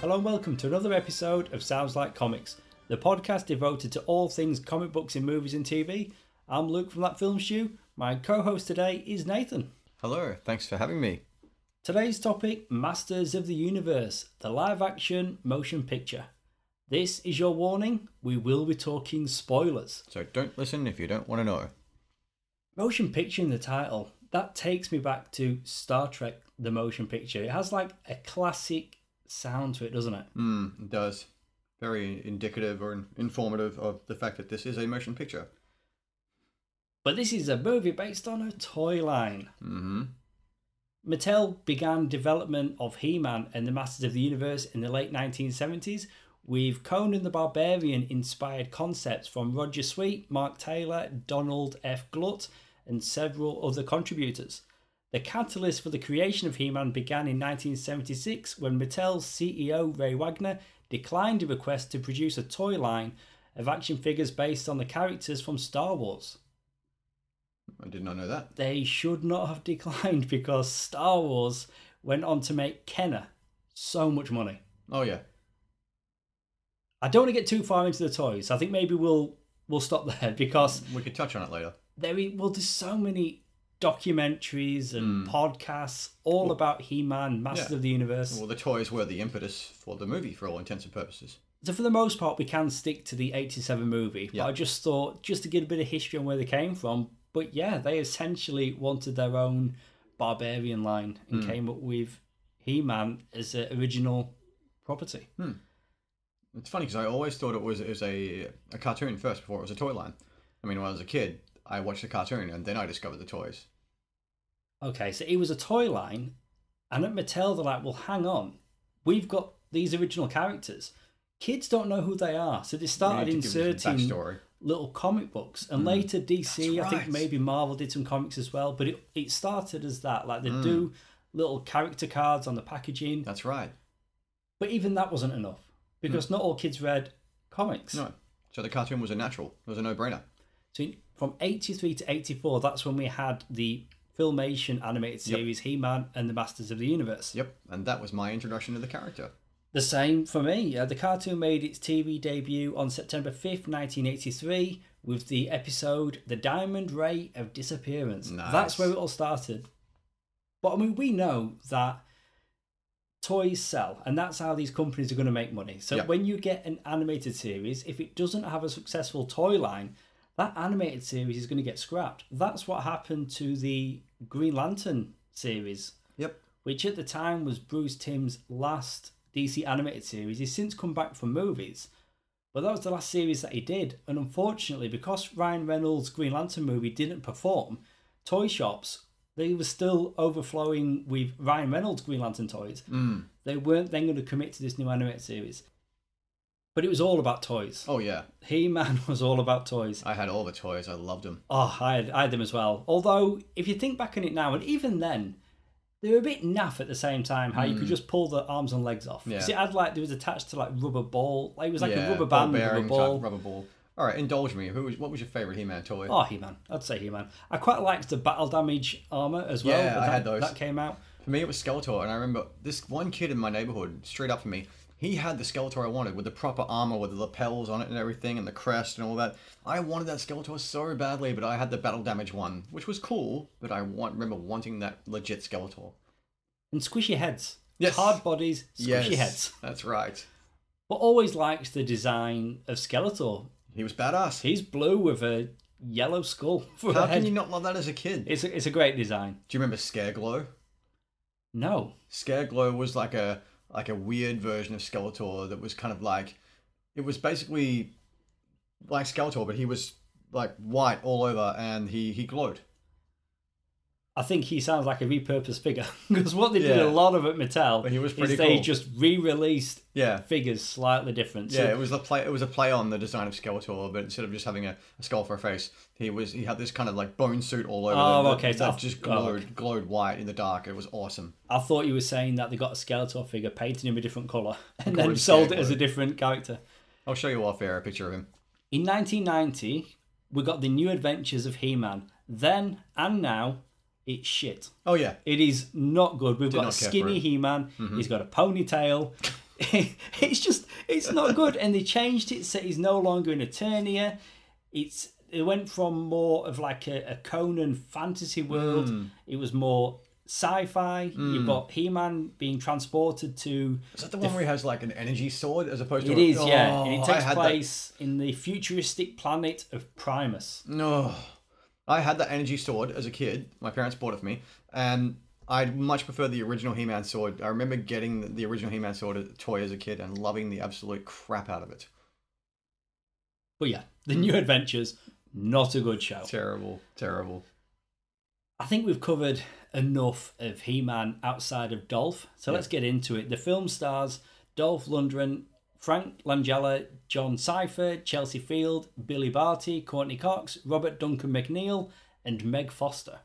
Hello and welcome to another episode of Sounds Like Comics, the podcast devoted to all things comic books in movies and TV. I'm Luke from That Film Shoe. My co host today is Nathan. Hello, thanks for having me. Today's topic Masters of the Universe, the live action motion picture. This is your warning we will be talking spoilers. So don't listen if you don't want to know. Motion picture in the title, that takes me back to Star Trek the motion picture. It has like a classic sound to it, doesn't it? Hmm, it does. Very indicative or in- informative of the fact that this is a motion picture. But this is a movie based on a toy line. Mm-hmm. Mattel began development of He Man and the Masters of the Universe in the late 1970s with Conan the Barbarian inspired concepts from Roger Sweet, Mark Taylor, Donald F. Glutt, and several other contributors. The catalyst for the creation of He Man began in 1976 when Mattel's CEO Ray Wagner declined a request to produce a toy line of action figures based on the characters from Star Wars I did not know that. they should not have declined because Star Wars went on to make Kenner so much money. Oh yeah. I don't want to get too far into the toys. I think maybe we'll we'll stop there because We could touch on it later. there i- well there's so many documentaries and podcasts all about He-Man, Masters Hmm. Yeah. of the Universe. Well, the toys were the impetus for the movie for all intents and purposes. So for the most part, we can stick to the '87 movie. Yeah. But I just thought, just to get a bit of history on where they came from. But yeah, they essentially wanted their own barbarian line and Hmm. came up with He-Man as an original property. It's funny because I always thought it was, it was a, a cartoon first before it was a toy line. I mean, when I was a kid, I watched the cartoon and then I discovered the toys. Okay, so it was a toy line, and at Mattel they're like, "Well, hang on, we've got these original characters. Kids don't know who they are, so they started We need to give them some inserting backstory. little comic books and later DC Mm. That's I think right. maybe Marvel did some comics as well but it, it started as that like they Mm. do little character cards on the packaging That's right. but even that wasn't enough because not all kids read comics Mm. No. So the cartoon was a natural. It was a no-brainer. so in- from 83 to 84 that's when we had the filmation animated Yep. series He-Man and the Masters of the Universe Yep. And that was my introduction to the character. The same for me. Uh, the cartoon made its TV debut on September 5th, 1983, with the episode The Diamond Ray of Disappearance. Nice. That's where it all started. But I mean, we know that toys sell, and that's how these companies are going to make money. So Yeah. when you get an animated series, if it doesn't have a successful toy line, that animated series is going to get scrapped. That's what happened to the Green Lantern series Yep. which at the time was Bruce Timm's last DC animated series. He's since come back from movies, but that was the last series that he did. And unfortunately, because Ryan Reynolds' Green Lantern movie didn't perform, toy shops they were still overflowing with Ryan Reynolds' Green Lantern toys. They weren't then going to commit to this new animated series. But it was all about toys. Oh yeah. He Man was all about toys. I had all the toys. I loved them. Oh, I had, I had them as well. Although, if you think back on it now, and even then, they were a bit naff at the same time. How you could just pull the arms and legs off. Hmm. Yeah. Because it had like there was attached to like rubber ball. Like, it was like yeah, a rubber ball band, rubber bearing type ball. rubber ball. All right, indulge me. Who was what was your favorite He-Man toy? Oh, He Man. I'd say He Man. I quite liked the battle damage armor as well. Yeah, but I that, had those. That came out. For me, it was Skeletor, and I remember this one kid in my neighborhood straight up for me. He had the Skeletor I wanted with the proper armor with the lapels on it and everything, and the crest and all that. I wanted that Skeletor so badly, but I had the battle damage one, which was cool. But I want remember wanting that legit Skeletor. And squishy heads. Yes. Hard bodies, squishy yes, heads. that's right. But always liked the design of Skeletor. He was badass. He's blue with a yellow skull for How a head. can you not love that as a kid? It's a, it's a great design. Do you remember Scareglow? No. Scareglow was like a like a weird version of Skeletor that was kind of like it was basically like Skeletor, but he was like white all over and he he glowed. I think he sounds like a repurposed figure because what they did Yeah. a lot of at Mattel But he was is pretty they cool. just re-released Yeah. figures slightly different. So Yeah, it was a play. It was a play on the design of Skeletor, but instead of just having a, a skull for a face, he was he had this kind of like bone suit all over. Oh, him that- okay, so that that's- just oh, glowed glowed white in the dark. It was awesome. I thought you were saying that they got a Skeletor figure, painted him a different color, and then Gorgeous sold it Scarecrow. as a different character. I'll show you off air a picture of him. In 1990, we got the New Adventures of He-Man. Then and now, it's shit. Oh yeah, It is not good. We've got a not care for skinny it. Mm-hmm. He-Man. He's got a ponytail. it's just it's not good. And they changed it so he's no longer in Eternia. It's it went from more of like a, a Conan fantasy world. Mm. It was more sci-fi. You've got He-Man being transported to Is that the one where he has like an energy sword as opposed to? it a- is, yeah. And Oh, it I takes had that- place in the futuristic planet of Primus. No, I had that energy sword as a kid. My parents bought it for me, and I much prefer the original He-Man sword. I remember getting the- the original He-Man sword as- toy as a kid and loving the absolute crap out of it. But yeah, The Mm. New Adventures, not a good show. Terrible, terrible. I think we've covered enough of He Man outside of Dolph, so let's get into it. The film stars Dolph Lundgren, Frank Langella, John Cypher, Chelsea Field, Billy Barty, Courtney Cox, Robert Duncan McNeil, and Meg Foster.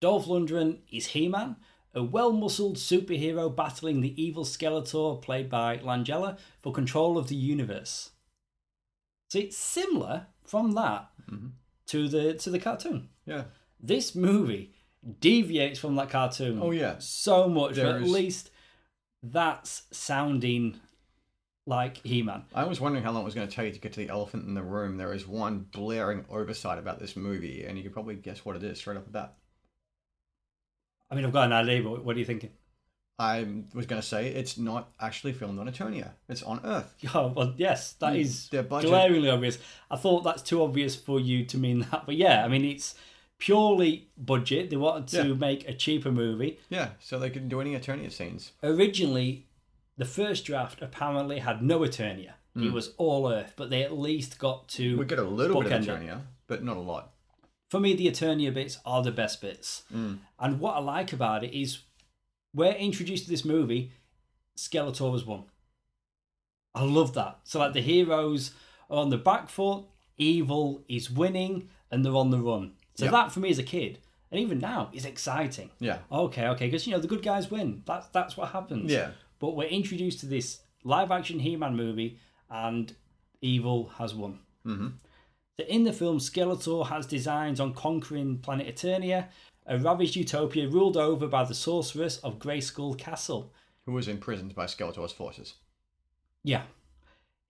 Dolph Lundgren is He Man, a well muscled superhero battling the evil Skeletor, played by Langella, for control of the universe. So it's similar from that to the to the cartoon Yeah. this movie deviates from that cartoon. Oh yeah. so much. There But at is- least that's sounding like He-Man. I was wondering how long it was going to take to get to the elephant in the room. There is one blaring oversight about this movie, and you can probably guess what it is straight off the bat. I mean, I've got an idea, but what are you thinking? I was going to say it's not actually filmed on Eternia. It's on Earth. Oh, well, yes, that is Mm, their budget. glaringly obvious. I thought that's too obvious for you to mean that, but yeah, I mean it's purely budget. They wanted to Yeah. make a cheaper movie. Yeah, so they couldn't do any Eternia scenes. Originally, the first draft apparently had no Eternia. It was all Earth, but they at least got to Mm. We get a little bit of bookend it. Eternia, but not a lot. for me, the Eternia bits are the best bits. And what I like about it is we're introduced to this movie, Skeletor was one. I love that. So, like, the heroes are on the back foot, evil is winning, and they're on the run. So, Yeah. that for me as a kid, and even now, is exciting. Yeah. Okay, okay, because, you know, the good guys win. That's, that's what happens. Yeah. But we're introduced to this live action He Man movie, and evil has won. Mm-hmm. So in the film, Skeletor has designs on conquering planet Eternia, a ravaged utopia ruled over by the sorceress of Grayskull Castle. Who was imprisoned by Skeletor's forces. Yeah.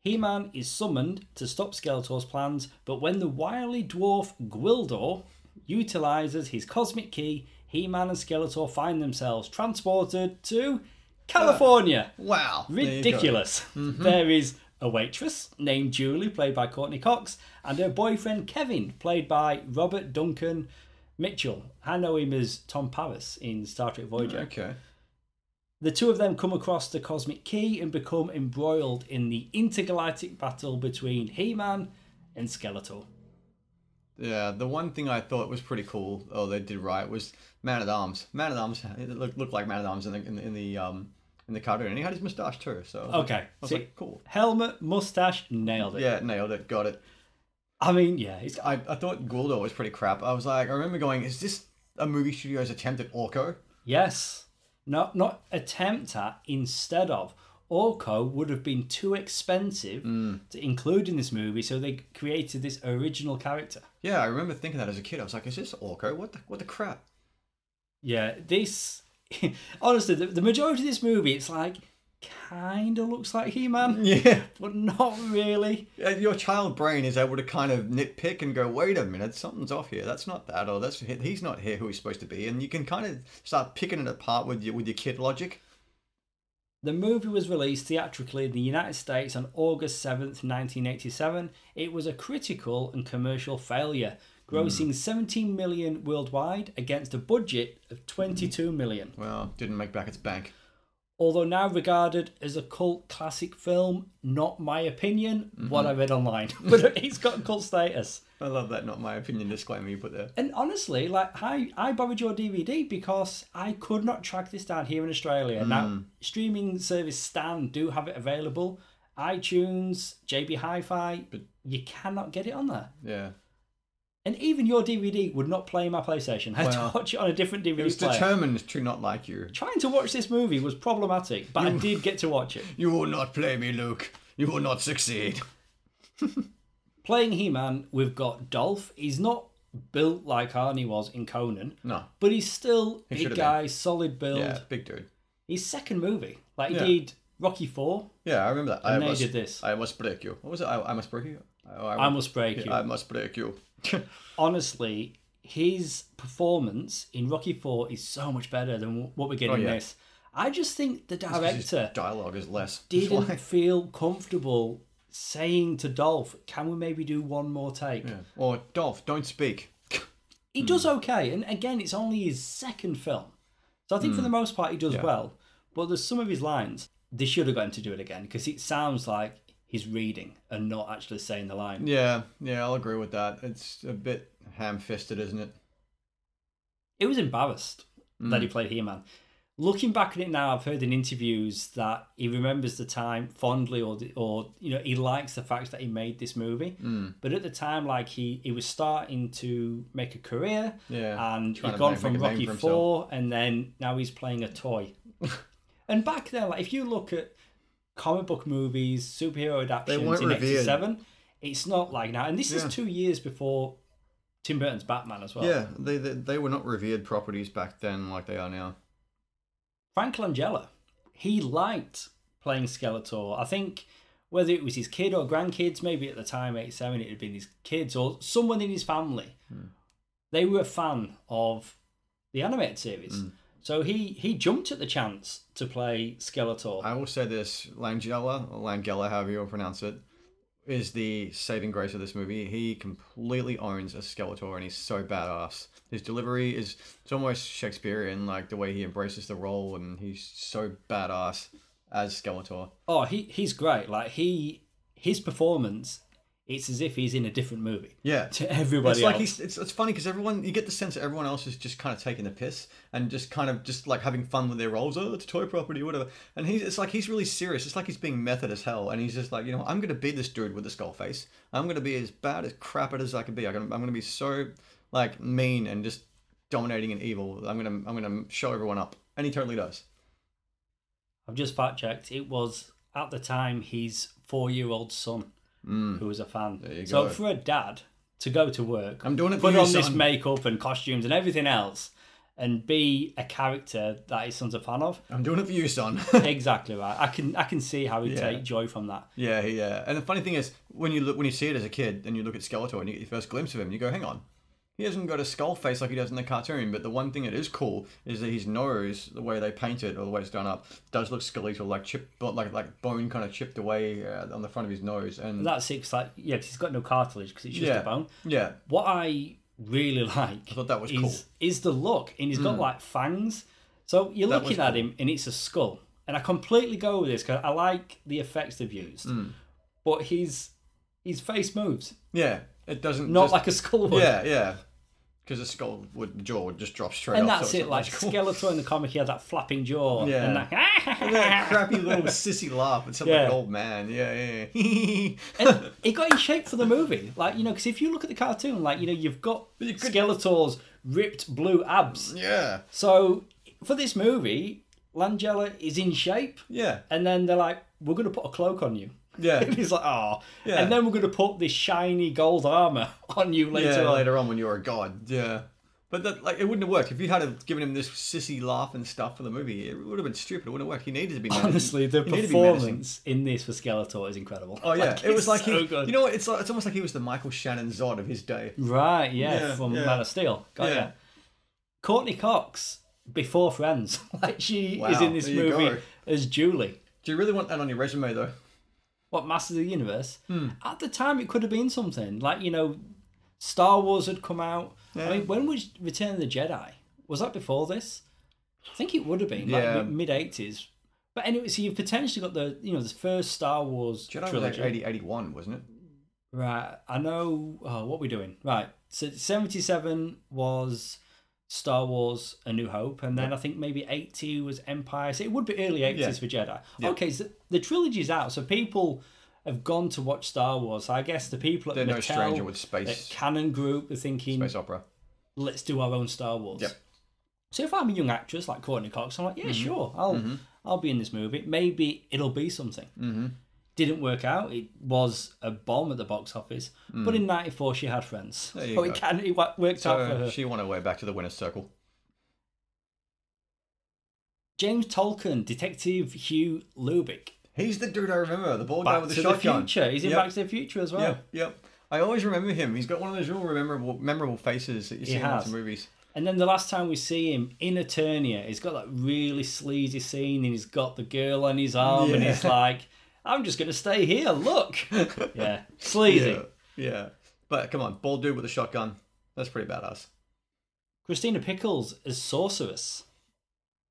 He Man is summoned to stop Skeletor's plans, but when the wily dwarf Gwildor utilizes his cosmic key, He Man and Skeletor find themselves transported to California. Wow. Ah, there you go. Mm-hmm. Ridiculous. There is a waitress named Julie, played by Courtney Cox, and her boyfriend Kevin, played by Robert Duncan Mitchell. I know him as Tom Paris in Star Trek Voyager. Okay. The two of them come across the cosmic key and become embroiled in the intergalactic battle between He Man and Skeletor. Yeah, the one thing I thought was pretty cool, oh, they did right, was Man at Arms. Man at Arms it looked, looked like Man at Arms in the in the, in the um in the cartoon, and he had his moustache too. So I was like- Okay, I was see- like, cool. Helmet, mustache, nailed it. Yeah, nailed it, got it. I mean, yeah, it's I, I thought Guldo was pretty crap. I was like, I remember going, is this a movie studio's attempt at Orko? Yes. Not not attempt at instead of. Orco would have been too expensive to include in this movie, so they created this original character. Yeah, I remember thinking that as a kid. I was like, is this Orko? What the what the crap? Yeah, this honestly, the, the majority of this movie, it's like kind of looks like He Man, Yeah. but not really. Uh, Your child brain is able to kind of nitpick and go, wait a minute, something's off here. That's not that, or that's he's not here who he's supposed to be, and you can kind of start picking it apart with your with your kid logic. The movie was released theatrically in the United States on August 7th, 1987. It was a critical and commercial failure, grossing 17 million worldwide against a budget of 22 million. Well, didn't make back its bank. Although now regarded as a cult classic film, not my opinion, what I read online. but it's got cult status. I love that. Not my opinion disclaimer you put there. And honestly, like I, I borrowed your DVD because I could not track this down here in Australia. Hmm. Now, streaming service Stan do have it available. iTunes, JB Hi-Fi, but you cannot get it on there. Yeah, And even your DVD would not play my PlayStation. I had Well, to watch it on a different DVD it was player. determined to not like you. Trying to watch this movie was problematic, but I did get to watch it. You will not play me, Luke. You will not succeed. Playing He-Man, we've got Dolph. He's not built like Arnie was in Conan, No. but he's still He big should've guy, solid build. Yeah, big dude. his second movie. Like he Yeah. did Rocky Four. Yeah, I remember that. And I they must, did this. I must break you. What was it? I, I must break you. I, I must break you. I must break you. Honestly, his performance in Rocky Four is so much better than what we're getting in Oh, yeah. this. I just think the 'Cause his director dialogue is less. That's why. didn't feel comfortable saying to Dolph, "Can we maybe do one more take?" Yeah. Hmm. Or Dolph, don't speak. he does okay. And again, it's only his second film. So I think for Hmm. the most part, he does well. But there's some of his lines, they should have got him to do it again because it sounds like he's reading and not actually saying the line. Yeah, yeah, I'll agree with that. It's a bit ham-fisted, isn't it? It was embarrassed that Mm. he played He Man. Looking back at it now, I've heard in interviews that he remembers the time fondly, or the, or you know he likes the fact that he made this movie. Mm. But at the time, like he he was starting to make a career, Yeah, and he'd trying to gone make- from make a name Rocky for himself. Four, and then now he's playing a toy. and back then, like if you look at comic book movies, superhero adaptations weren't in revered. '87, it's not like now. And this Yeah. is two years before Tim Burton's Batman as well. Yeah, they, they they were not revered properties back then like they are now. Frank Langella, he liked playing Skeletor. I think whether it was his kid or grandkids, maybe at the time, 87, it had been his kids or someone in his family. Hmm. They were a fan of the animated series. Hmm. So he, he jumped at the chance to play Skeletor. I will say this: Langella, or Langella, however you pronounce it, is the saving grace of this movie. He completely owns a Skeletor, and he's so badass. His delivery is it's almost Shakespearean, like the way he embraces the role, and he's so badass as Skeletor. oh, he, he's great. Like he his performance, it's as if he's in a different movie Yeah, to everybody it's else. like he's it's, it's funny because everyone you get the sense that everyone else is just kind of taking the piss and just kind of just like having fun with their roles oh it's a toy property whatever and he's it's like he's really serious it's like he's being method as hell and he's just like you know i'm gonna be this dude with the skull face i'm gonna be as bad as crap at as i can be I'm gonna, I'm gonna be so like mean and just dominating and evil i'm gonna i'm gonna show everyone up and he totally does I've just fact checked. It was at the time his four year old son who was a fan. Mm. you so go. for a dad to go to work, I'm doing it for put you, on this son. makeup and costumes and everything else, and be a character that his son's a fan of. i'm doing it for you son exactly right. I can I can see how he'd Yeah. take joy from that. Yeah, he, yeah. And the funny thing is, when you look, when you see it as a kid, and you look at Skeletor, and you get your first glimpse of him, you go, "Hang on, he hasn't got a skull face like he does in the cartoon." But the one thing that is cool is that his nose, the way they paint it or the way it's done up, does look skeletal, like chip, but like like bone kind of chipped away uh, on the front of his nose. And That's six like yeah, 'cause he's got no cartilage because it's just yeah, a bone. yeah, What I really like thought that was is, cool. Mm. is the look, and he's got like fangs. So you're That looking was at him, and it's a skull. And I completely go with this because I like the effects they've used, Mm. but his his face moves, yeah. It doesn't not just- like a skull would. yeah, yeah. Because the skull would the jaw would just drop straight. And off, that's so it's it. not Like much cool. Skeletor in the comic, he had that flapping jaw Yeah. and that. that crappy little sissy laugh. It's like Yeah. an old man. Yeah, yeah. yeah. and it got in shape for the movie, like you know, because if you look at the cartoon, like you know, you've got you could- Skeletor's ripped blue abs. yeah, So for this movie, Langella is in shape. yeah. And then they're like, we're going to put a cloak on you. Yeah. And he's like, oh. Yeah. And then we're going to put this shiny gold armor on you later yeah, on. later on when you're a god. Yeah. But that like it wouldn't have worked if you had have given him this sissy laugh and stuff for the movie. It would have been stupid. It wouldn't have worked. He needed to be menacing. Honestly, the He needed to be menacing. performance in this for Skeletor is incredible. Oh yeah, it was like so he. good. You know what? It's like, it's almost like he was the Michael Shannon Zod of his day. right, yeah, Yeah, from yeah. Man of Steel. Got Yeah. ya. Courtney Cox before Friends, like she Wow, is in this there you movie go. as Julie. Do you really want that on your resume though? What Masters of the Universe? Hmm. At the time, it could have been something like you know, Star Wars had come out. Yeah. I mean, when was Return of the Jedi? Was that before this? I think it would have been Yeah. like mid eighties. But anyway, so you've potentially got the you know the first Star Wars Jedi was like trilogy, 80, 81, wasn't it? right? I know. Oh, what are we doing? Right. So seventy seven was Star Wars: A New Hope, and then I think maybe eighty was Empire. So it would be early eighties Yeah. for Jedi. Okay, so the trilogy's out, so people have gone to watch Star Wars. So I guess the people at They're no Mattel, stranger with the space Canon Group are thinking, space opera. let's do our own Star Wars. Yep. So if I'm a young actress like Courtney Cox, I'm like, yeah, Mm-hmm. sure, I'll I'll be in this movie. Maybe it'll be something. Mm-hmm. Didn't work out. It was a bomb at the box office. But in '94, she had friends, Mm. There you so it go. can it wo- worked out for So her. she won her way back to the winner's circle. James Tolkien, Detective Hugh Lubick. He's the dude I remember, the bald guy Back with the to the shotgun. Future. He's in Yep. Back to the Future as well. Yep, yep. I always remember him. He's got one of those real memorable, memorable faces that you see in lots has. of movies. And then the last time we see him in Eternia, he's got that really sleazy scene and he's got the girl on his arm and Yeah. he's like, I'm just going to stay here, look. yeah, sleazy. Yeah, yeah. But come on, bald dude with a shotgun. That's pretty badass. Christina Pickles as Sorceress.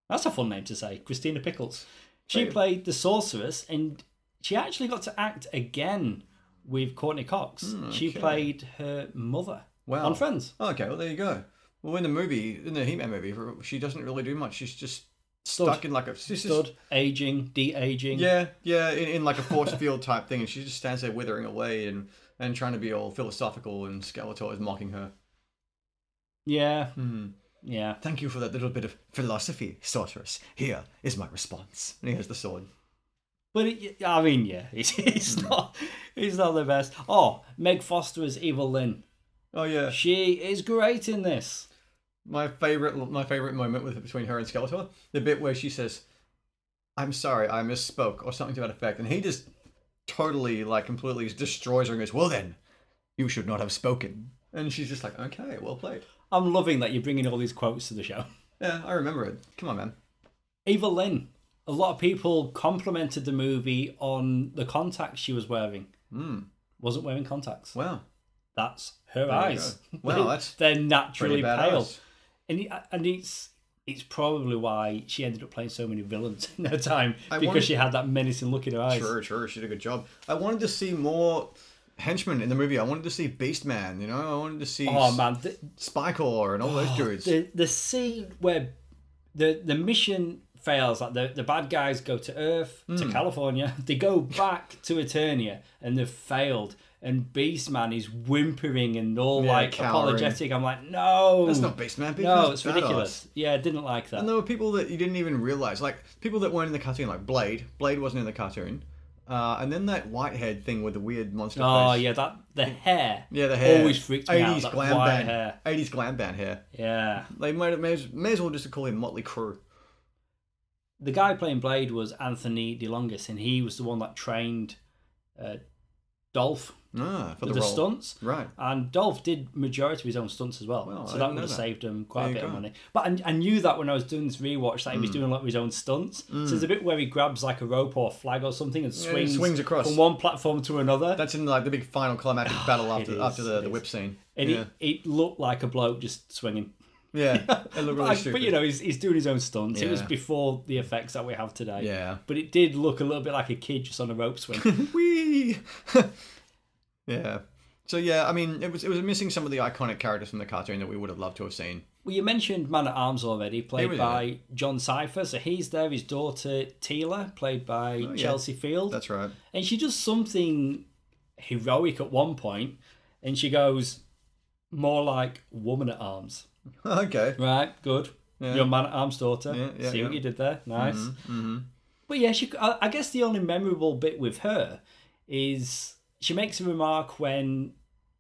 That's a fun name to say, Christina Pickles. She Right. played the Sorceress and she actually got to act again with Courtney Cox. She Hmm, okay. played her mother Wow. on Friends. Okay, well there you go. Well, in the movie, in the He-Man movie, she doesn't really do much. She's just Stood. stuck in like a she's just, Stood, aging, de aging. yeah, yeah, in, in like a force field type thing, and she just stands there withering away and and trying to be all philosophical, and Skeletor is mocking her. Yeah. Hmm. Yeah. Thank you for that little bit of philosophy, sorceress. Here is my response. And he has the sword. But it, I mean, yeah, it's, it's Hmm. not it's not the best. Oh, Meg Foster as Evil Lyn. Oh yeah, She is great in this. my favorite my favorite moment with between her and Skeletor, the bit where she says, "I'm sorry, I misspoke" or something to that effect, and he just totally like completely destroys her and goes, "Well then, you should not have spoken." And she's just like, "Okay, well played." I'm loving that you're bringing all these quotes to the show. Yeah, I remember it. Come on, man. Evil Lyn. A lot of people complimented the movie on the contacts she was wearing. Mm, Wasn't wearing contacts. wow. That's her you eyes. go. Wow, that's they're Pretty naturally pale, badass. and it- and it's it's probably why she ended up playing so many villains in her time I because wanted- she had that menacing look in her eyes. Sure, sure. She did a good job. I wanted to see more henchmen in the movie. I wanted to see Beastman. You know, I wanted to see Oh man, th- Spycore and all those dudes. the the scene where the the mission fails like the, the bad guys go to earth Hmm. to california they go back to eternia and they've failed and beastman is whimpering and all Yeah, like cowering. apologetic i'm like no That's not Beastman. no Beastman's it's badass. ridiculous yeah I didn't like that And there were people that you didn't even realize, like people that weren't in the cartoon, like Blade. Blade wasn't in the cartoon. Uh, and then that whitehead thing with the weird monster oh face. yeah that the hair Yeah, the hair. always freaked me out that glam white band. hair 80s glam band hair. yeah They might have, may, as, may as well just call him Motley Crue. the guy playing blade was anthony delongis and he was the one that trained uh, dolph Ah, for with the the role. stunts Right. And Dolph did majority of his own stunts as well, Well, I so that didn't know would have that. saved him quite a There you bit of go. Mm. money. But I, I knew that when I was doing this rewatch that he was doing a lot of his own stunts. So there's a bit where he grabs like a rope or flag or something and Yeah, he swings, swings across. from one platform to another, That's in like the big final climactic battle after is, after the, it the is. whip scene. and yeah. it, it looked like a bloke just swinging. yeah. It looked really But I- stupid. but you know, he's, he's doing his own stunts. It was Yeah. before the effects that we have today. Yeah. But it did look a little bit like a kid just on a rope swing. Whee! yeah. So yeah, I mean, it was it was missing some of the iconic characters from the cartoon that we would have loved to have seen. well, you mentioned Man at Arms already, played was in by John Cypher. So he's there. His daughter Tila, played Oh, by Chelsea Field. That's right. And she does something heroic at one point, and she goes more like woman at arms. okay. Right, good. Yeah. Your man at arms daughter. Yeah, yeah, See what yeah. you did there. Nice. hmm But yeah, she. I I guess the only memorable bit with her is she makes a remark when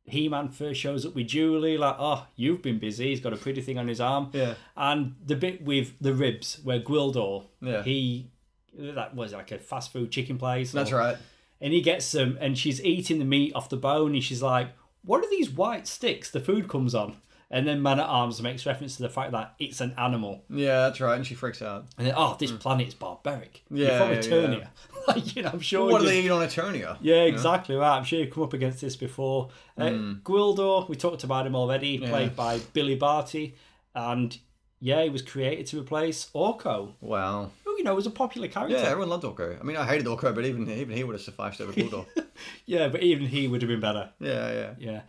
He Man first shows up with Julie, like, "Oh, you've been busy. He's got a pretty thing on his arm." Yeah. And the bit with the ribs where Gwildor, Yeah. he that was like a fast food chicken place. That's or- right. and he gets them and she's eating the meat off the bone and she's like what are these white sticks the food comes on and then man at arms makes reference to the fact that it's an animal Yeah, that's right. And she freaks out. and then, oh this planet's barbaric Hmm. Yeah, you're yeah, from eternia like you know i'm sure What do you- they eat on Eternia? Oh, yeah exactly right i'm sure you've come up against this before uh, Hmm. gwildor we talked about him already played by billy barty and yeah he was created to replace orko Wow. who you know was a popular character Yeah, everyone loved Orko. I mean, I hated Orko, but even even he would have sufficed over Bulldog. yeah but even he would have been better yeah, yeah. Yeah.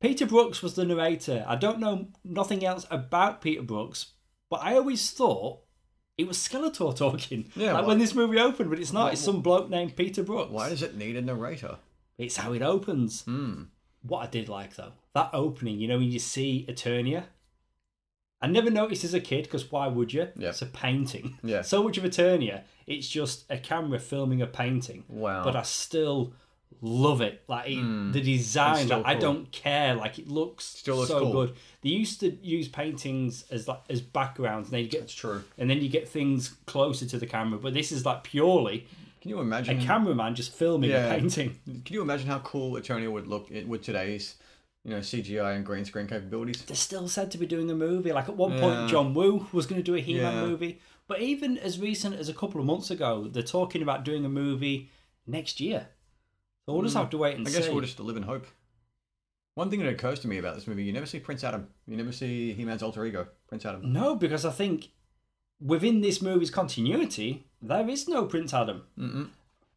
Peter Brooks was the narrator. I don't know nothing else about Peter Brooks, but I always thought it was Skeletor talking. Yeah, like why- when this movie opened, but it's not. it's some bloke named Peter Brooks. Why does it need a narrator? It's how it opens. Hmm. What I did like though, that opening. You know when you see Eternia. I never noticed as a kid because why would you? Yeah. It's a painting. Yeah. So much of Eternia, it's just a camera filming a painting. Wow. Hmm. But I still love it. Like it, the It's design, so like, I cool. don't care. Like it looks Still looks so cool. good. They used to use paintings as like as backgrounds, and they get That's true. and then you get things closer to the camera. But this is like purely Can you a imagine? cameraman just filming Hmm. Yeah. a painting. Can you imagine how cool Eternia would look i- with today's, you know, CGI and green screen capabilities? They're still said to be doing a movie. Like at one Yeah. point, John Woo was going to do a He-Man Yeah. movie. But even as recent as a couple of months ago, they're talking about doing a movie next year. So we'll just have to wait and Mm. I see. guess we'll just live in hope. One thing that occurs to me about this movie, you never see Prince Adam. You never see He-Man's alter ego, Prince Adam. No, because I think within this movie's continuity, there is no Prince Adam. Mm-mm.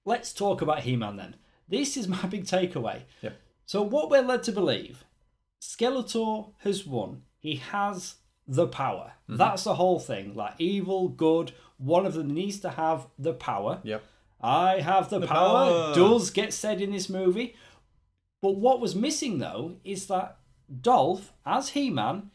Let's talk about He Man then. This is my big takeaway. Yep. So, what we're led to believe Skeletor has won. He has the power. Mm-hmm. That's the whole thing. Like evil, good, one of them needs to have the power. Yep. I have the, power, power. does get said in this movie. But what was missing though is that Dolph, as He Man,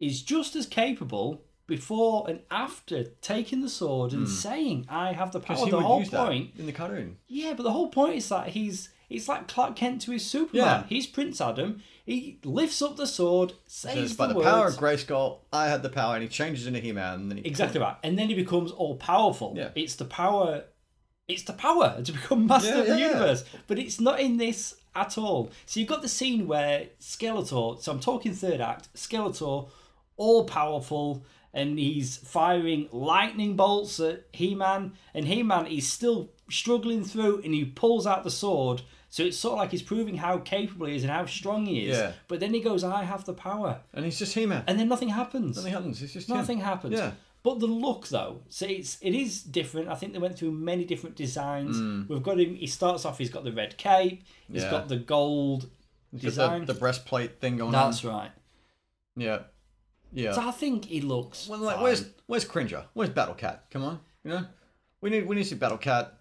is just as capable before and after taking the sword and saying, I have the Mm. Because power. Oh, he The would whole use that point in the cartoon. yeah, but the whole point is that he's it's like Clark Kent to his Superman. Yeah. He's Prince Adam. He lifts up the sword, says, Says, the by the words, power of Grayskull, I had the power, and he changes into He-Man. And then he exactly right, and then he becomes all powerful. Yeah. It's the power. It's the power to become master Yeah, of the yeah, yeah. universe, but it's not in this at all. So you've got the scene where Skeletor. So I'm talking third act. Skeletor, all powerful, and he's firing lightning bolts at He-Man, and He-Man is still struggling through, and he pulls out the sword. So it's sort of like he's proving how capable he is and how strong he is. Yeah. But then he goes, "I have the power," and he's just He-Man. and then nothing happens. Nothing happens. It's just him. Nothing happens. Yeah. But the look though, so it's it is different. I think they went through many different designs. We've got him. He starts off. He's got the red cape. He's Mm. Yeah. got the gold He's got design. The, the breastplate thing going That's right. on. Yeah. Yeah. So I think he looks. Well, like, fine. where's where's Cringer? Where's Battle Cat? Come on, you know, we need we need to see Battle Cat.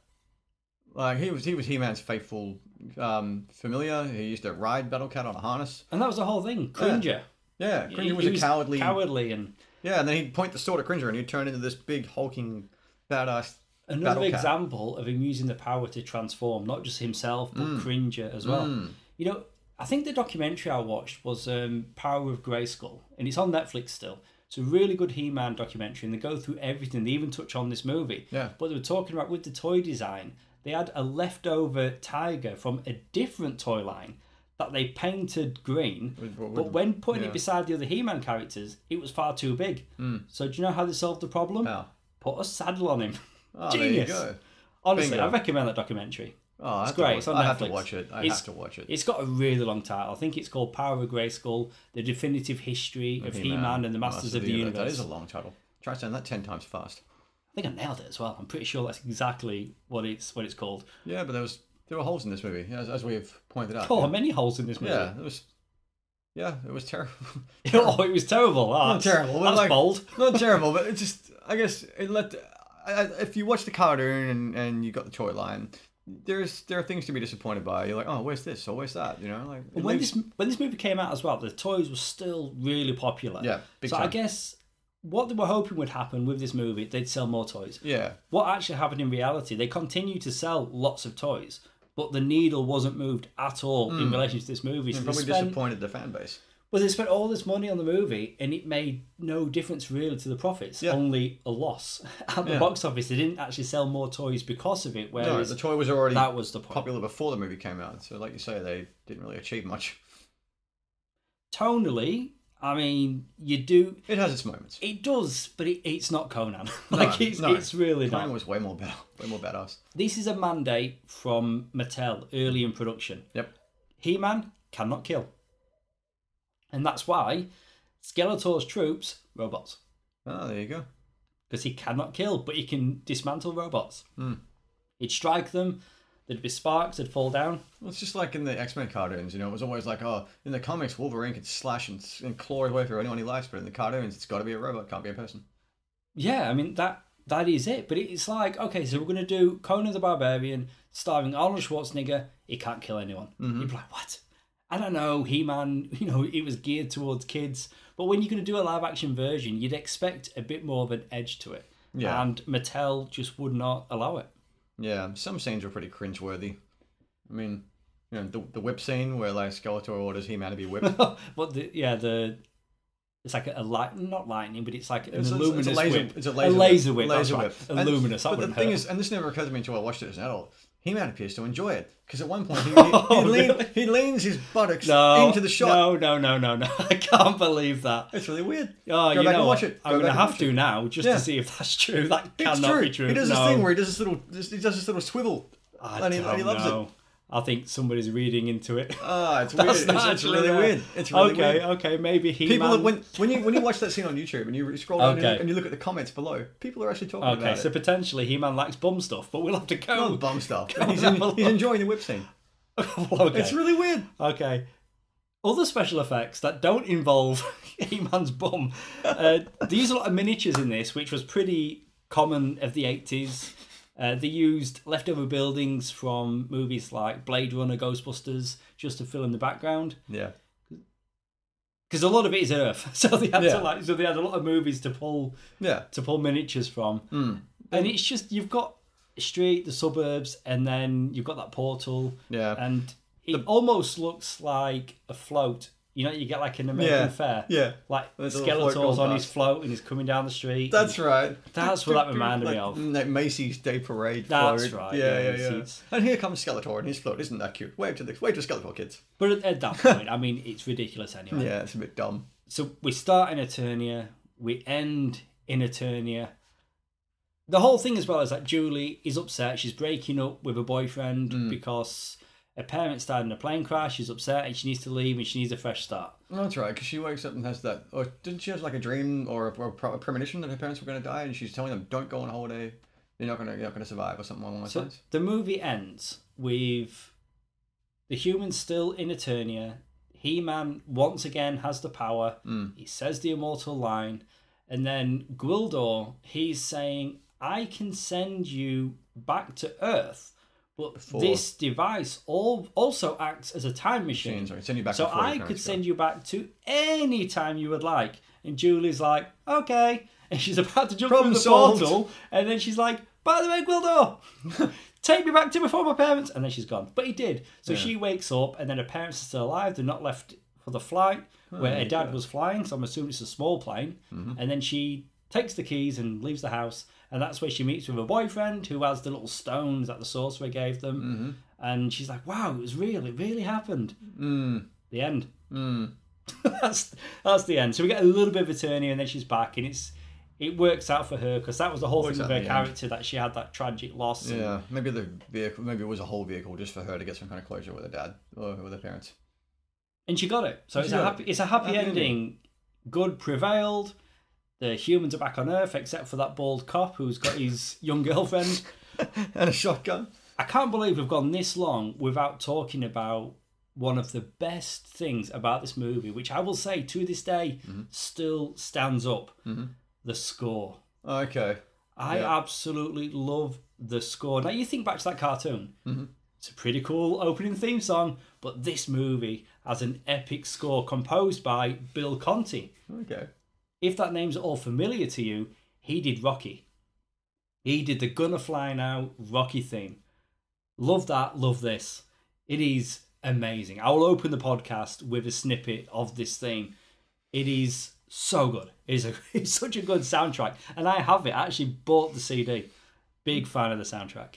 Like he was he was He Man's faithful um, familiar. He used to ride Battle Cat on a harness. and that was the whole thing. Cringer. Yeah, He- Cringer he was a cowardly. cowardly, and Yeah, and then he'd point the sword at Cringer, and he'd turn into this big hulking badass. another Battle Cat. example of him using the power to transform not just himself but Mm. Cringer as well. You know, I think the documentary I watched was um, Power of Grayskull, and it's on Netflix still. It's a really good He-Man documentary, and they go through everything. They even touch on this movie. Yeah. But they were talking about with the toy design, they had a leftover tiger from a different toy line that they painted green. what but would- when putting yeah. Mm. it beside the other He-Man characters, it was far too big. So do you know how they solved the problem? How? Put a saddle on him. Oh, Genius. there you go. Honestly, Bingo. I recommend that documentary. Oh, I have great, To watch, it's on I have to Netflix. watch it. I It's- have to watch it. It's got a really long title. I think it's called Power of Grayskull: The Definitive History of He-Man, and the Masters, of the Universe. uh, That is a long title. Try saying that ten times fast. I think I nailed it as well. I'm pretty sure that's exactly what it's what it's called. Yeah, but there was there were holes in this movie, as, as we've pointed out. Oh, many holes in this movie. Yeah, it was. Yeah, it was terrible. oh, it was terrible. Oh, Not that's- terrible, but That's like- bold. Not terrible, but it just. I guess it let. I, I- if you watch the cartoon and, and you got the toy line, there's there are things to be disappointed by. You're like, oh, where's this? Or where's that? You know, like it when leaves- this when this movie came out as well, the toys were still really popular. Yeah, big so I time. guess what they were hoping would happen with this movie, they'd sell more toys. Yeah, What actually happened in reality, they continued to sell lots of toys, but the needle wasn't moved at all in relation to this movie. So they Hmm. probably spent, disappointed the fan base. well, they spent all this money on the movie, and it made no difference really to the profits, Yeah. only a loss at the Yeah. box office. They didn't actually sell more toys because of it, No, whereas the toy was already that was the point. popular before the movie came out. So, like you say, they didn't really achieve much. Tonally, I mean, you do It has its moments. It does, but it, it's not Conan. like No, it's no. it's really Conan not. was way more better, way more badass. This is a mandate from Mattel early in production. Yep. He-Man cannot kill, and that's why Skeletor's troops robots Oh, there you go. because he cannot kill, but he can dismantle robots. He'd strike them. There'd be sparks. They'd fall down. Well, it's just like in the X Men cartoons, you know, it was always like, oh, in the comics, Wolverine can slash and, and claw his way through anyone he likes, but in the cartoons, it's got to be a robot, can't be a person. Yeah, I mean that that is it. But it's like okay, so we're gonna do Conan the Barbarian starring Arnold Schwarzenegger. He can't kill anyone. Mm-hmm. You'd be like, what? I don't know. He Man, you know, it was geared towards kids. But when you're gonna do a live action version, you'd expect a bit more of an edge to it. Yeah. And Mattel just would not allow it. Yeah, some scenes were pretty cringeworthy. I mean, you know, the, the whip scene where like Skeletor orders He Man to be whipped. but the, yeah, the it's like a, a light, not lightning, but it's like an It's a- it's a luminous laser- whip. it's a laser a whip. laser whip. Laser that's whip. Right. A And- luminous. That But the wouldn't thing hurt. is, and this never occurred to me until I watched it as an adult. He Man appears to enjoy it because at one point he, he, he, lean- Oh, really? he leans his buttocks no, into the shot. No, no, no, no, no. I can't believe that. It's really weird. Oh, Go you back know and watch what? it. I'm Go gonna back and have watch to now just Yeah. to see if that's true. That It's cannot true. be true. He does no. this thing where he does this little, this, he does this little swivel, I and, he, don't and he loves know. it. I think somebody's reading into it. Ah, it's That's weird. It's, not it's actually really there. weird. It's really okay, weird. okay. Maybe he. People, man... when when you when you watch that scene on YouTube and you scroll down and you- Okay. and you look at the comments below, people are actually talking Okay, about so it. potentially He Man likes bum stuff, but we'll have to Not go. bum stuff. Go He's, and in- have a he's look. enjoying the whip scene. okay. It's really weird. okay. Other special effects that don't involve He Man's bum. Uh, they use a lot of miniatures in this, which was pretty common of the 80s. Uh, they used leftover buildings from movies like Blade Runner, Ghostbusters, just to fill in the background. Yeah. Because a lot of it is Earth, so they had Yeah. to like, so they had a lot of movies to pull Yeah. to pull miniatures from. Hmm. And it's just you've got street, the suburbs, and then you've got that portal. Yeah. And it almost looks like a float. You know, you get like an American Yeah, fair. yeah. Like There's a little float Skeletor's going on his past. float and he's coming down the street. That's right. That's what that reminded me Like- of. Like Macy's Day Parade. That's float. right, yeah, Yeah, yeah, it's- yeah. it's- And here comes Skeletor in his float. Isn't that cute? Wave to the wave to Skeletor kids. But at, at that point, I mean, it's ridiculous anyway. Yeah, it's a bit dumb. So we start in Eternia, we end in Eternia. The whole thing, as well, is that Julie is upset. She's breaking up with her boyfriend because her parents died in a plane crash. She's upset and she needs to leave and she needs a fresh start. That's right, because she wakes up and has that. Or didn't she have like a dream or a, or a pro- a premonition that her parents were going to die, and she's telling them, "Don't go on holiday. You're not going to, you're not going to survive," or something along those So lines. the movie ends with the humans still in Eternia. He Man once again has the power. He says the immortal line. And then Gwildor, he's saying, I can send you back to Earth, but this device all, also acts as a time machine. Machine, sorry, send you back so and forth, I no, could it's send you back to any time you would like. And Julie's like, okay. And she's about to jump Problem through the solved. portal. And then she's like, by the way, Gwildor, take me back to before my parents. And then she's gone. But he did. So she wakes up, and then her parents are still alive. They're not left for the flight Oh, where her dad was flying. So I'm assuming it's a small plane. Mm-hmm. And then she takes the keys and leaves the house. And that's where she meets with her boyfriend who has the little stones that the sorcerer gave them. Mm-hmm. And she's like, wow, it was real. It really happened. Hmm, The end. that's, that's the end. So we get a little bit of Eternia, and then she's back. And it's. It works out for her because that was the whole thing out of her in the end. character that she had that tragic loss. and Yeah, maybe the vehicle. Maybe it was a whole vehicle just for her to get some kind of closure with her dad or with her parents. and she got it. So She it's a got happy, it's a happy, Happy ending. ending. Good prevailed. The humans are back on Earth, except for that bald cop who's got his young girlfriend. and a shotgun. I can't believe we've gone this long without talking about one of the best things about this movie, which I will say to this day Mm-hmm. still stands up: the score. Okay. I Yeah. absolutely love the score. Now you think back to that cartoon. It's a pretty cool opening theme song, but this movie has an epic score composed by Bill Conti. Okay. If that name's at all familiar to you, he did Rocky. He did the Gonna Fly Now Rocky theme. Love that, love this. It is amazing. I will open the podcast with a snippet of this theme. It is so good. It is a, it's such a good soundtrack. And I have it. I actually bought the CD. Big fan of the soundtrack.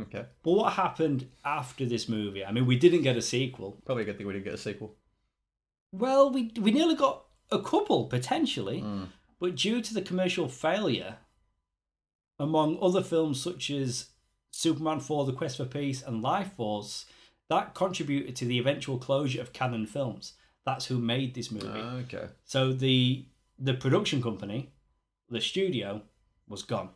Okay. But what happened after this movie? I mean, we didn't get a sequel. Probably a good thing we didn't get a sequel. Well, we, we nearly got a couple, potentially. But due to the commercial failure, among other films such as Superman 4, The Quest for Peace, and Life Force, that contributed to the eventual closure of Canon Films. That's who made this movie. Okay. So the the production company, the studio, was gone.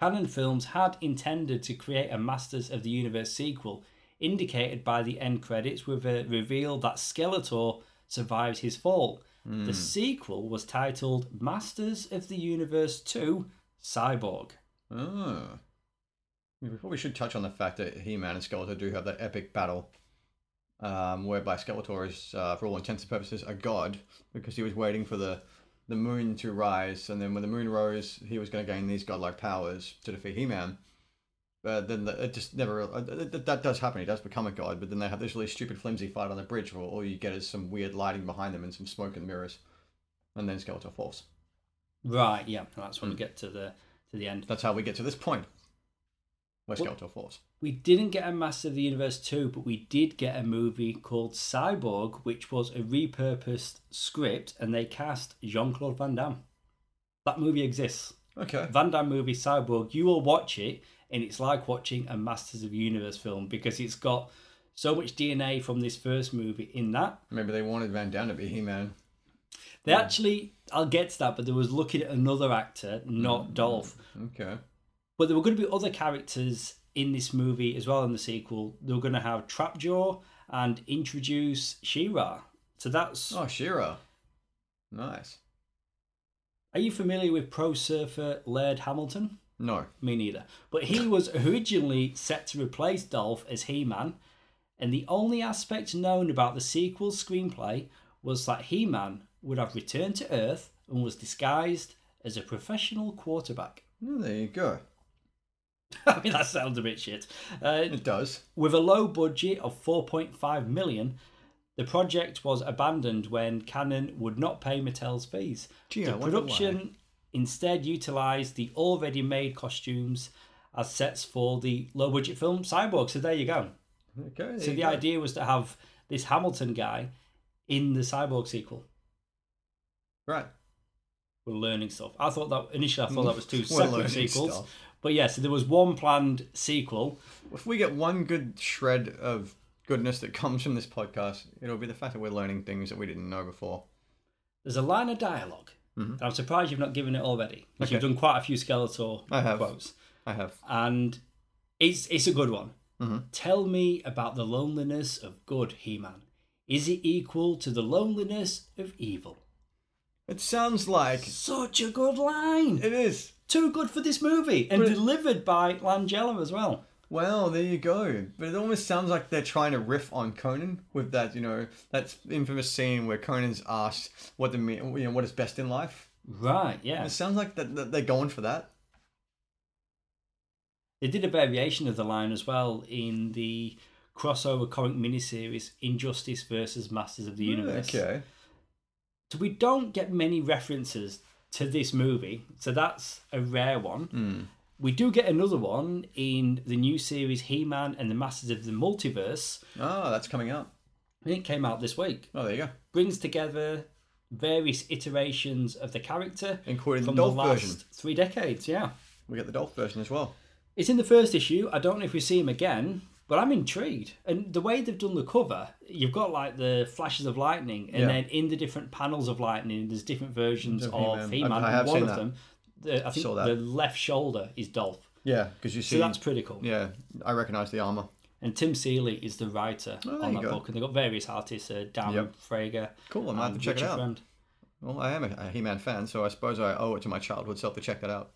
Canon Films had intended to create a Masters of the Universe sequel, indicated by the end credits with a reveal that Skeletor survives his fall. The sequel was titled Masters of the Universe 2 Cyborg. Oh. We probably should touch on the fact that He-Man and Skeletor do have that epic battle, um, whereby Skeletor is, uh, for all intents and purposes, a god because he was waiting for the the moon to rise, and then when the moon rose, he was going to gain these godlike powers to defeat He-Man. But then the, it just never. uh, That that does happen. He does become a god, but then they have this really stupid, flimsy fight on the bridge where all you get is some weird lighting behind them and some smoke and mirrors, and then Skeletor falls. Right, yeah, that's when we get to the to the end. That's how we get to this point where What- Skeletor falls. We didn't get a Master of the Universe 2, but we did get a movie called Cyborg, which was a repurposed script, and they cast Jean Claude Van Damme. That movie exists. Okay. Van Damme movie Cyborg, you will watch it, and it's like watching a Masters of the Universe film because it's got so much DNA from this first movie in that. Maybe they wanted Van Damme to be He-Man. They actually, I'll get to that, but they was looking at another actor, not Dolph. Okay. But there were going to be other characters in this movie as well in the sequel. They were going to have Trapjaw and introduce She-Ra. So that's. Oh, Shira. Nice. Are you familiar with pro surfer Laird Hamilton? No. Me neither. But he was originally set to replace Dolph as He Man, and the only aspect known about the sequel screenplay was that He Man would have returned to Earth and was disguised as a professional quarterback. Well, there you go. I mean, that sounds a bit shit. Uh, It does. with a low budget of 4.5 million, the project was abandoned when Canon would not pay Mattel's fees. Gee, I the wonder why. production instead utilized the already made costumes as sets for the low budget film Cyborg. So there you go. Okay. there so you the go. idea was to have this Hamilton guy in the Cyborg sequel. Right. We're learning stuff. I thought that initially I thought that was two We're separate learning sequels. stuff. But yeah, so there was one planned sequel. If we get one good shred of goodness that comes from this podcast, it'll be the fact that we're learning things that we didn't know before. There's a line of dialog and I'm surprised you've not given it already. Because You've Mm-hmm. Okay. done quite a few Skeletor I have. quotes. I have. and it's it's a good one. Mm-hmm. Tell me about the loneliness of good, He Man. Is it equal to the loneliness of evil? It sounds like Such a good line. it is. Too good for this movie, and But it- delivered by Langella as well. Well, there you go. But it almost sounds like they're trying to riff on Conan with that, you know, that infamous scene where Conan's asked what the me- you know what is best in life. Right, yeah. It sounds like that, that they're going for that. They did a variation of the line as well in the crossover comic miniseries Injustice versus Masters of the Universe. Okay. So we don't get many references to this movie, so that's a rare one. We do get another one in the new series He Man and the Masters of the Multiverse. Oh, that's coming up. I think it came out this week. Oh, there you go. Brings together various iterations of the character Including the from the Dolph last version. three decades. Yeah, We get the Dolph version as well. it's in the first issue. I don't know if we see him again, but I'm intrigued. And the way they've done the cover, you've got like the flashes of lightning, and Yeah. then in the different panels of lightning, there's different versions Of of He-Man. He Man. I- I have one seen of that. them, the, I think Saw that. the left shoulder is Dolph. Yeah, because you So see. that's pretty cool. yeah, I recognize the armor. And Tim Seeley is the writer Oh, there on you that go. book, and they've got various artists: uh, Dan Yep. Frager, Cool, I might have and to check it Richard out. Friend. Well, I am a- a He-Man fan, so I suppose I owe it to my childhood self to check that out.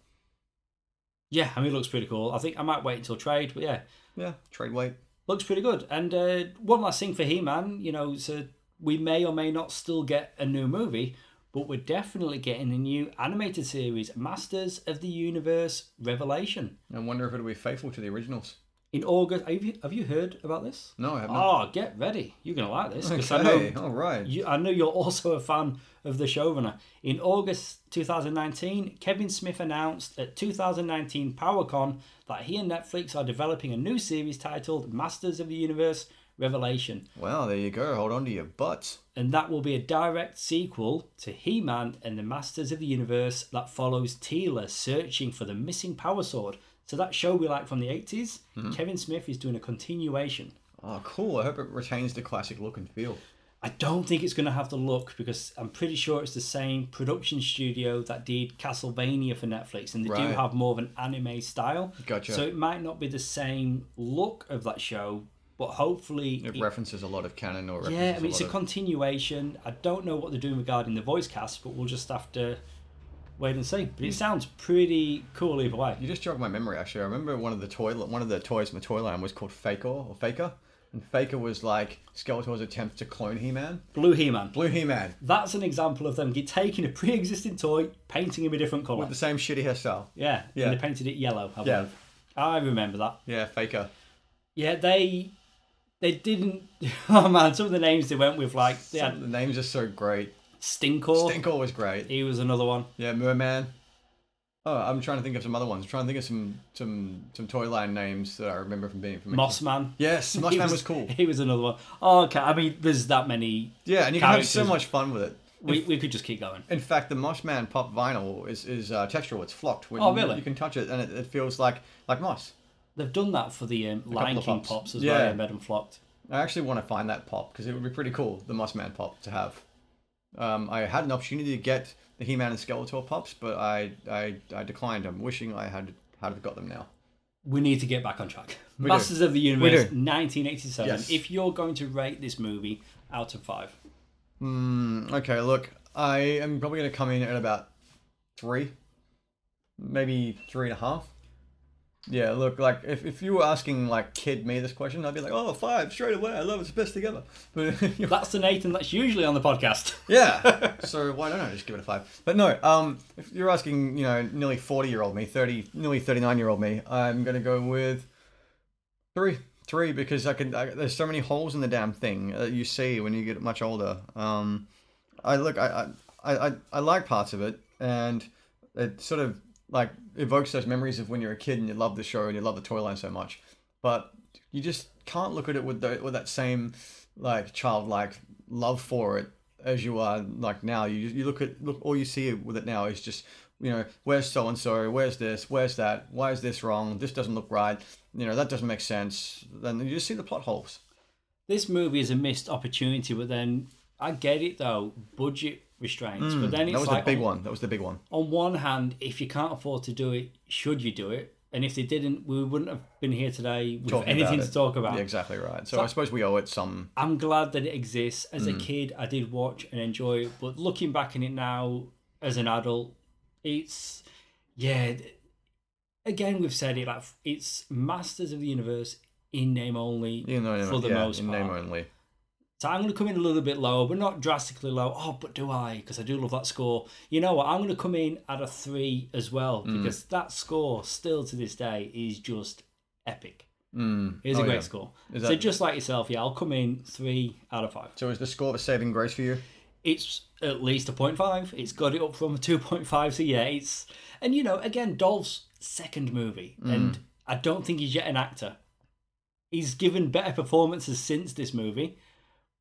Yeah, I mean, it looks pretty cool. I think I might wait until trade, but yeah, Yeah, trade weight. looks pretty good. And uh, one last thing for He Man, you know, so we may or may not still get a new movie, but we're definitely getting a new animated series, Masters of the Universe Revelation. I wonder if it'll be faithful to the originals. In August, have you, have you heard about this? No, I have not. Oh, get ready. You're going to like this. 'cause Oh, I know okay, all right. You, I know you're also a fan of the showrunner. In August 2019, Kevin Smith announced at 2019 PowerCon that he and Netflix are developing a new series titled Masters of the Universe Revelation, Well, there you go. Hold on to your butts. and that will be a direct sequel to He Man and the Masters of the Universe that follows Teela searching for the missing power sword. So, that show we like from the 80s, Mm-hmm. Kevin Smith is doing a continuation. Oh, cool. I hope it retains the classic look and feel. I don't think it's going to have the look because I'm pretty sure it's the same production studio that did Castlevania for Netflix, and they do Right. have more of an anime style. Gotcha. So it might not be the same look of that show, but hopefully, It it- references a lot of canon or references yeah. I mean, it's a a lot of... continuation. I don't know what they're doing regarding the voice cast, but we'll just have to wait and see. Hmm. But it sounds pretty cool either way. You just jogged my memory, actually. I remember one of the toy, one of the toys in the toy line was called Faker or Faker, and Faker was like Skeletor's attempt to clone He-Man, Blue He-Man. Blue He-Man, That's an example of them taking a pre-existing toy, painting him a different color. the same shitty hairstyle. Yeah, Yeah. and they painted it yellow. I Yeah. believe. I remember that. Yeah, Faker. Yeah, they they didn't. Oh man, some of the names they went with, like they Some of had the names are so great. Stinkor. Stinkor was great. He was another one. Yeah, Merman. Oh, I'm trying to think of some other ones. I'm trying to think of some some some toy line names that I remember from being from Mossman. Yes, He Mossman was, cool. He was another one. Oh, okay, I mean, there's that many. Yeah, and you can have so Characters. much fun with it. We, we could just keep going. In fact, the Mossman pop vinyl is is uh, textural. It's flocked. When Oh, really? You can touch it, and it, it feels like like moss. They've done that for the um, Lion of King pops. pops, as Yeah. well. Yeah, Bed and Flocked. I actually want to find that pop because it would be pretty cool, the Mossman pop to have. Um, I had an opportunity to get the He-Man and Skeletor pops, but I, I, I declined. I'm wishing I had had got them now. We need to get back on track. do. Masters of the Universe, do. 1987. Yes. If you're going to rate this movie out of five, Mm, okay, look, I am probably going to come in at about three, maybe three and a half. Yeah, look, like if, if you were asking like kid me this question, I'd be like, oh, five straight away. I love it. It's best together. But you're that's the Nathan that's usually on the podcast. Yeah. so why don't I just give it a five? But no, um, if you're asking, you know, nearly forty year old me, thirty, nearly thirty nine year old me, I'm gonna go with three, three because I can. I, there's so many holes in the damn thing that you see when you get much older. Um, I look, I, I, I, I- I like parts of it, and it sort of like evokes those memories of when you're a kid and you love the show and you love the toy line so much, but you just can't look at it with the, with that same like childlike love for it as you are like now. You you look at look all you see with it now is just you know where's so and so, where's this, where's that, why is this wrong? This doesn't look right. You know that doesn't make sense. Then you just see the plot holes. this movie is a missed opportunity, but then I get it though, budget restraints. but then Hmm, That it's was like oh, the big on, one. That was the big one. on one hand, if you can't afford to do it, should you do it? And if they didn't, we wouldn't have been here today with Talking about anything it. to talk about. Yeah, exactly right. So I suppose we owe it some. I'm glad that it exists. As Mm. a kid, I did watch and enjoy it, but looking back on it now as an adult, it's yeah. th- Again, we've said it like it's Masters of the Universe in name only You know, for the yeah, most in part. name only. So I'm going to come in a little bit lower, but not drastically low. Oh, but do I? Because I do love that score. You know what? I'm going to come in at a three as well Mm. because that score still to this day is just epic. Mm. It's a Oh, great yeah. score. Is So that- just like yourself, yeah, I'll come in three out of five. So is the score a saving grace for you? It's at least a 0.5. It's got it up from a 2.5. So yeah, it's and you know again Dolph's second movie, and I don't think he's yet an actor. He's given better performances since this movie,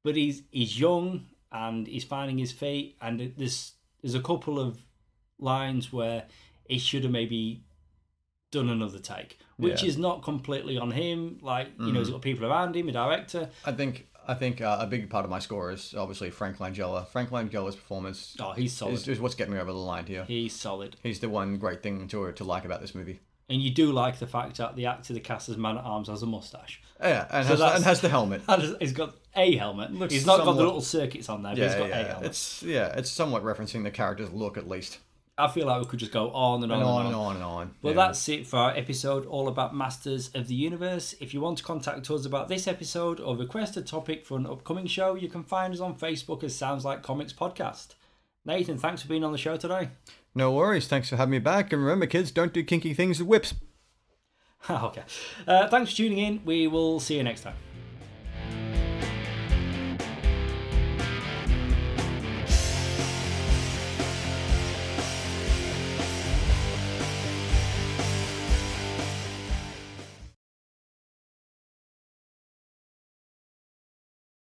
but he's he's young and he's finding his feet. And it- there's there's a couple of lines where he should have maybe done another take, which Yeah. is not completely on him. Like you know, he's got people around him, a director. I think I think uh, a big part of my score is obviously Frank Langella. Frank Langella's performance Oh, he's solid. is, is what's getting me over the line here. he's solid. He's the one great thing to to like about this movie. And you do like the fact that the actor that cast as man at arms has a mustache. Yeah, and, has, that's- and has the helmet. And he's- He's got a helmet. Looks he's not got the somewhat- little circuits on there, but he's Yeah, got a yeah. helmet. It's yeah, it's somewhat referencing the character's look at least. I feel like we could just go on and on And and on. on and on and on. Well, yeah. that's it for our episode all about Masters of the Universe. If you want to contact us about this episode or request a topic for an upcoming show, you can find us on Facebook as Sounds Like Comics Podcast. Nathan, thanks for being on the show today. no worries. Thanks for having me back. And remember, kids, don't do kinky things with whips. okay. Uh, thanks for tuning in. We will see you next time.